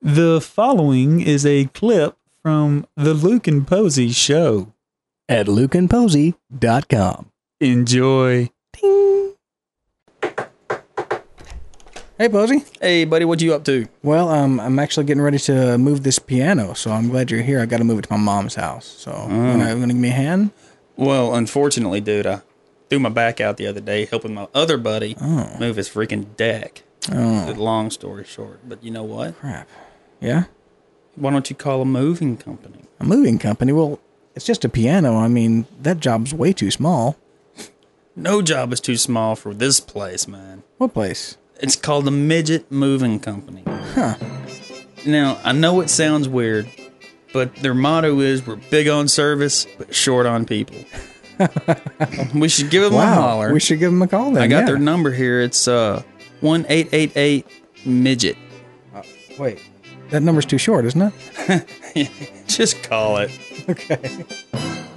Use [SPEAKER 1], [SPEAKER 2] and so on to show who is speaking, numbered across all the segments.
[SPEAKER 1] The following is a clip from the Luke and Posey show.
[SPEAKER 2] at lukeandposey.com.
[SPEAKER 1] Enjoy.
[SPEAKER 2] Hey, Posey.
[SPEAKER 3] Hey, buddy, what you up to?
[SPEAKER 2] Well, um, I'm actually getting ready to move this piano, so I'm glad you're here. I got to move it to my mom's house, so
[SPEAKER 3] Oh.
[SPEAKER 2] you know, you gonna give me a hand?
[SPEAKER 3] Well, unfortunately, dude, I threw my back out the other day helping my other buddy move his freaking deck.
[SPEAKER 2] Oh,
[SPEAKER 3] Good Long story short, but you know what?
[SPEAKER 2] crap. Yeah,
[SPEAKER 3] Why don't you call a moving company?
[SPEAKER 2] a moving company. Well, it's just a piano. I mean, that job's way too small.
[SPEAKER 3] No job is too small for this place, man.
[SPEAKER 2] What place?
[SPEAKER 3] It's called the Midget Moving Company. Huh. Now, I know it sounds weird, but their motto is we're big on service, but short on people. we should give them a holler.
[SPEAKER 2] we should give them a call. Then
[SPEAKER 3] I got
[SPEAKER 2] yeah.
[SPEAKER 3] their number here. It's uh one eight eight eight midget.
[SPEAKER 2] Wait, that number's too short, isn't it?
[SPEAKER 3] Just call it.
[SPEAKER 2] Okay.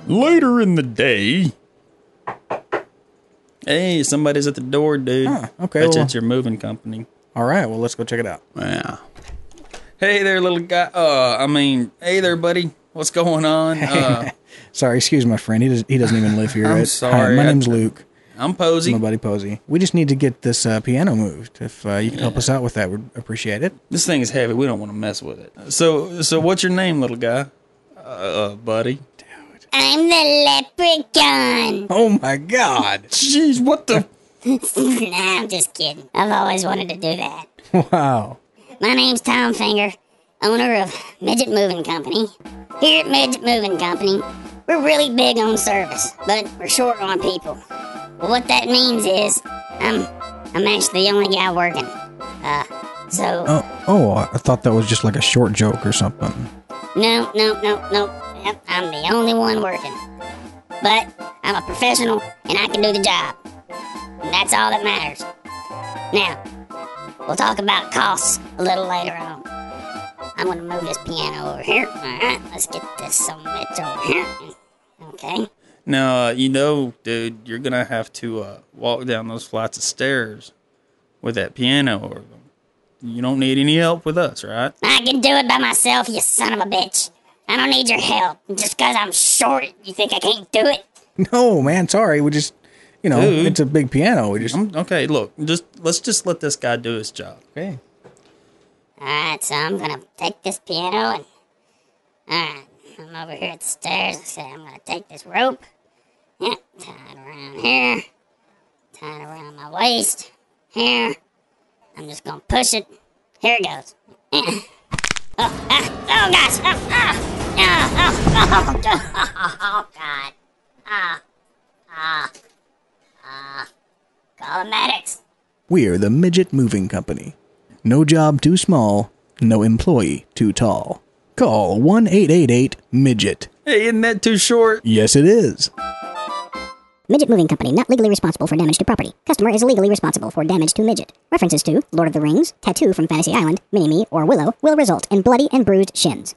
[SPEAKER 3] Later in the day. Hey, somebody's at the door, dude.
[SPEAKER 2] Huh, okay,
[SPEAKER 3] That's
[SPEAKER 2] well-
[SPEAKER 3] at your moving company.
[SPEAKER 2] All right. Well, let's go check it out.
[SPEAKER 3] Yeah. Hey there, little guy. Uh, I mean, hey there, buddy. What's going on? Uh,
[SPEAKER 2] Sorry, excuse my friend. He does. He doesn't even live here.
[SPEAKER 3] I'm
[SPEAKER 2] right?
[SPEAKER 3] sorry,
[SPEAKER 2] Hi, my
[SPEAKER 3] I-
[SPEAKER 2] name's Luke.
[SPEAKER 3] I'm Posey.
[SPEAKER 2] my buddy Posey. We just need to get this uh, piano moved. If uh, you could help us out with that, we'd appreciate it.
[SPEAKER 3] This thing is heavy. We don't want to mess with it. So, so what's your name, little guy? Uh, uh buddy.
[SPEAKER 4] I'm the leprechaun.
[SPEAKER 2] Oh my God!
[SPEAKER 3] Jeez, what the?
[SPEAKER 4] nah, I'm just kidding. I've always wanted to do that.
[SPEAKER 2] Wow.
[SPEAKER 4] My name's Tom Finger, owner of Midget Moving Company. Here at Midget Moving Company, we're really big on service, but we're short on people. Well, what that means is, I'm I'm actually the only guy working. Uh, so
[SPEAKER 2] Oh, oh! I thought that was just like a short joke or something.
[SPEAKER 4] no, no, no, no. Yep, I'm the only one working. But I'm a professional and I can do the job. And that's all that matters. Now, we'll talk about costs a little later on. I'm gonna move this piano over here. Alright, let's get this some bits over here. Okay.
[SPEAKER 3] Now, uh, you know, dude, you're going to have to uh, walk down those flights of stairs with that piano over them. You don't need any help with us, right?
[SPEAKER 4] I can do it by myself, you son of a bitch. I don't need your help. Just cause I'm short, you think I can't do it?
[SPEAKER 2] No, man. Sorry. We just, you know,
[SPEAKER 3] Dude.
[SPEAKER 2] it's a big piano. We just.
[SPEAKER 3] i okay, look, just let's just let this guy do his job.
[SPEAKER 2] Okay.
[SPEAKER 4] Alright, so I'm gonna take this piano and. Alright, I'm over here at the stairs. I said I'm gonna take this rope. Yep, tie it around here. Tie it around my waist. Here. I'm just gonna push it. Here it goes. Yeah. Oh, ah, oh gosh! Oh, ah, ah, oh, oh, oh, oh, God. Ah, ah, ah. Call the medics.
[SPEAKER 2] We're the Midget Moving Company. No job too small. No employee too tall. Call one eight eight eight midget.
[SPEAKER 3] Hey, isn't that too short?
[SPEAKER 2] Yes, it is.
[SPEAKER 5] Midget Moving Company not legally responsible for damage to property. Customer is legally responsible for damage to midget. References to Lord of the Rings, Tattoo from Fantasy Island, Mini-Me, or Willow will result in bloody and bruised shins.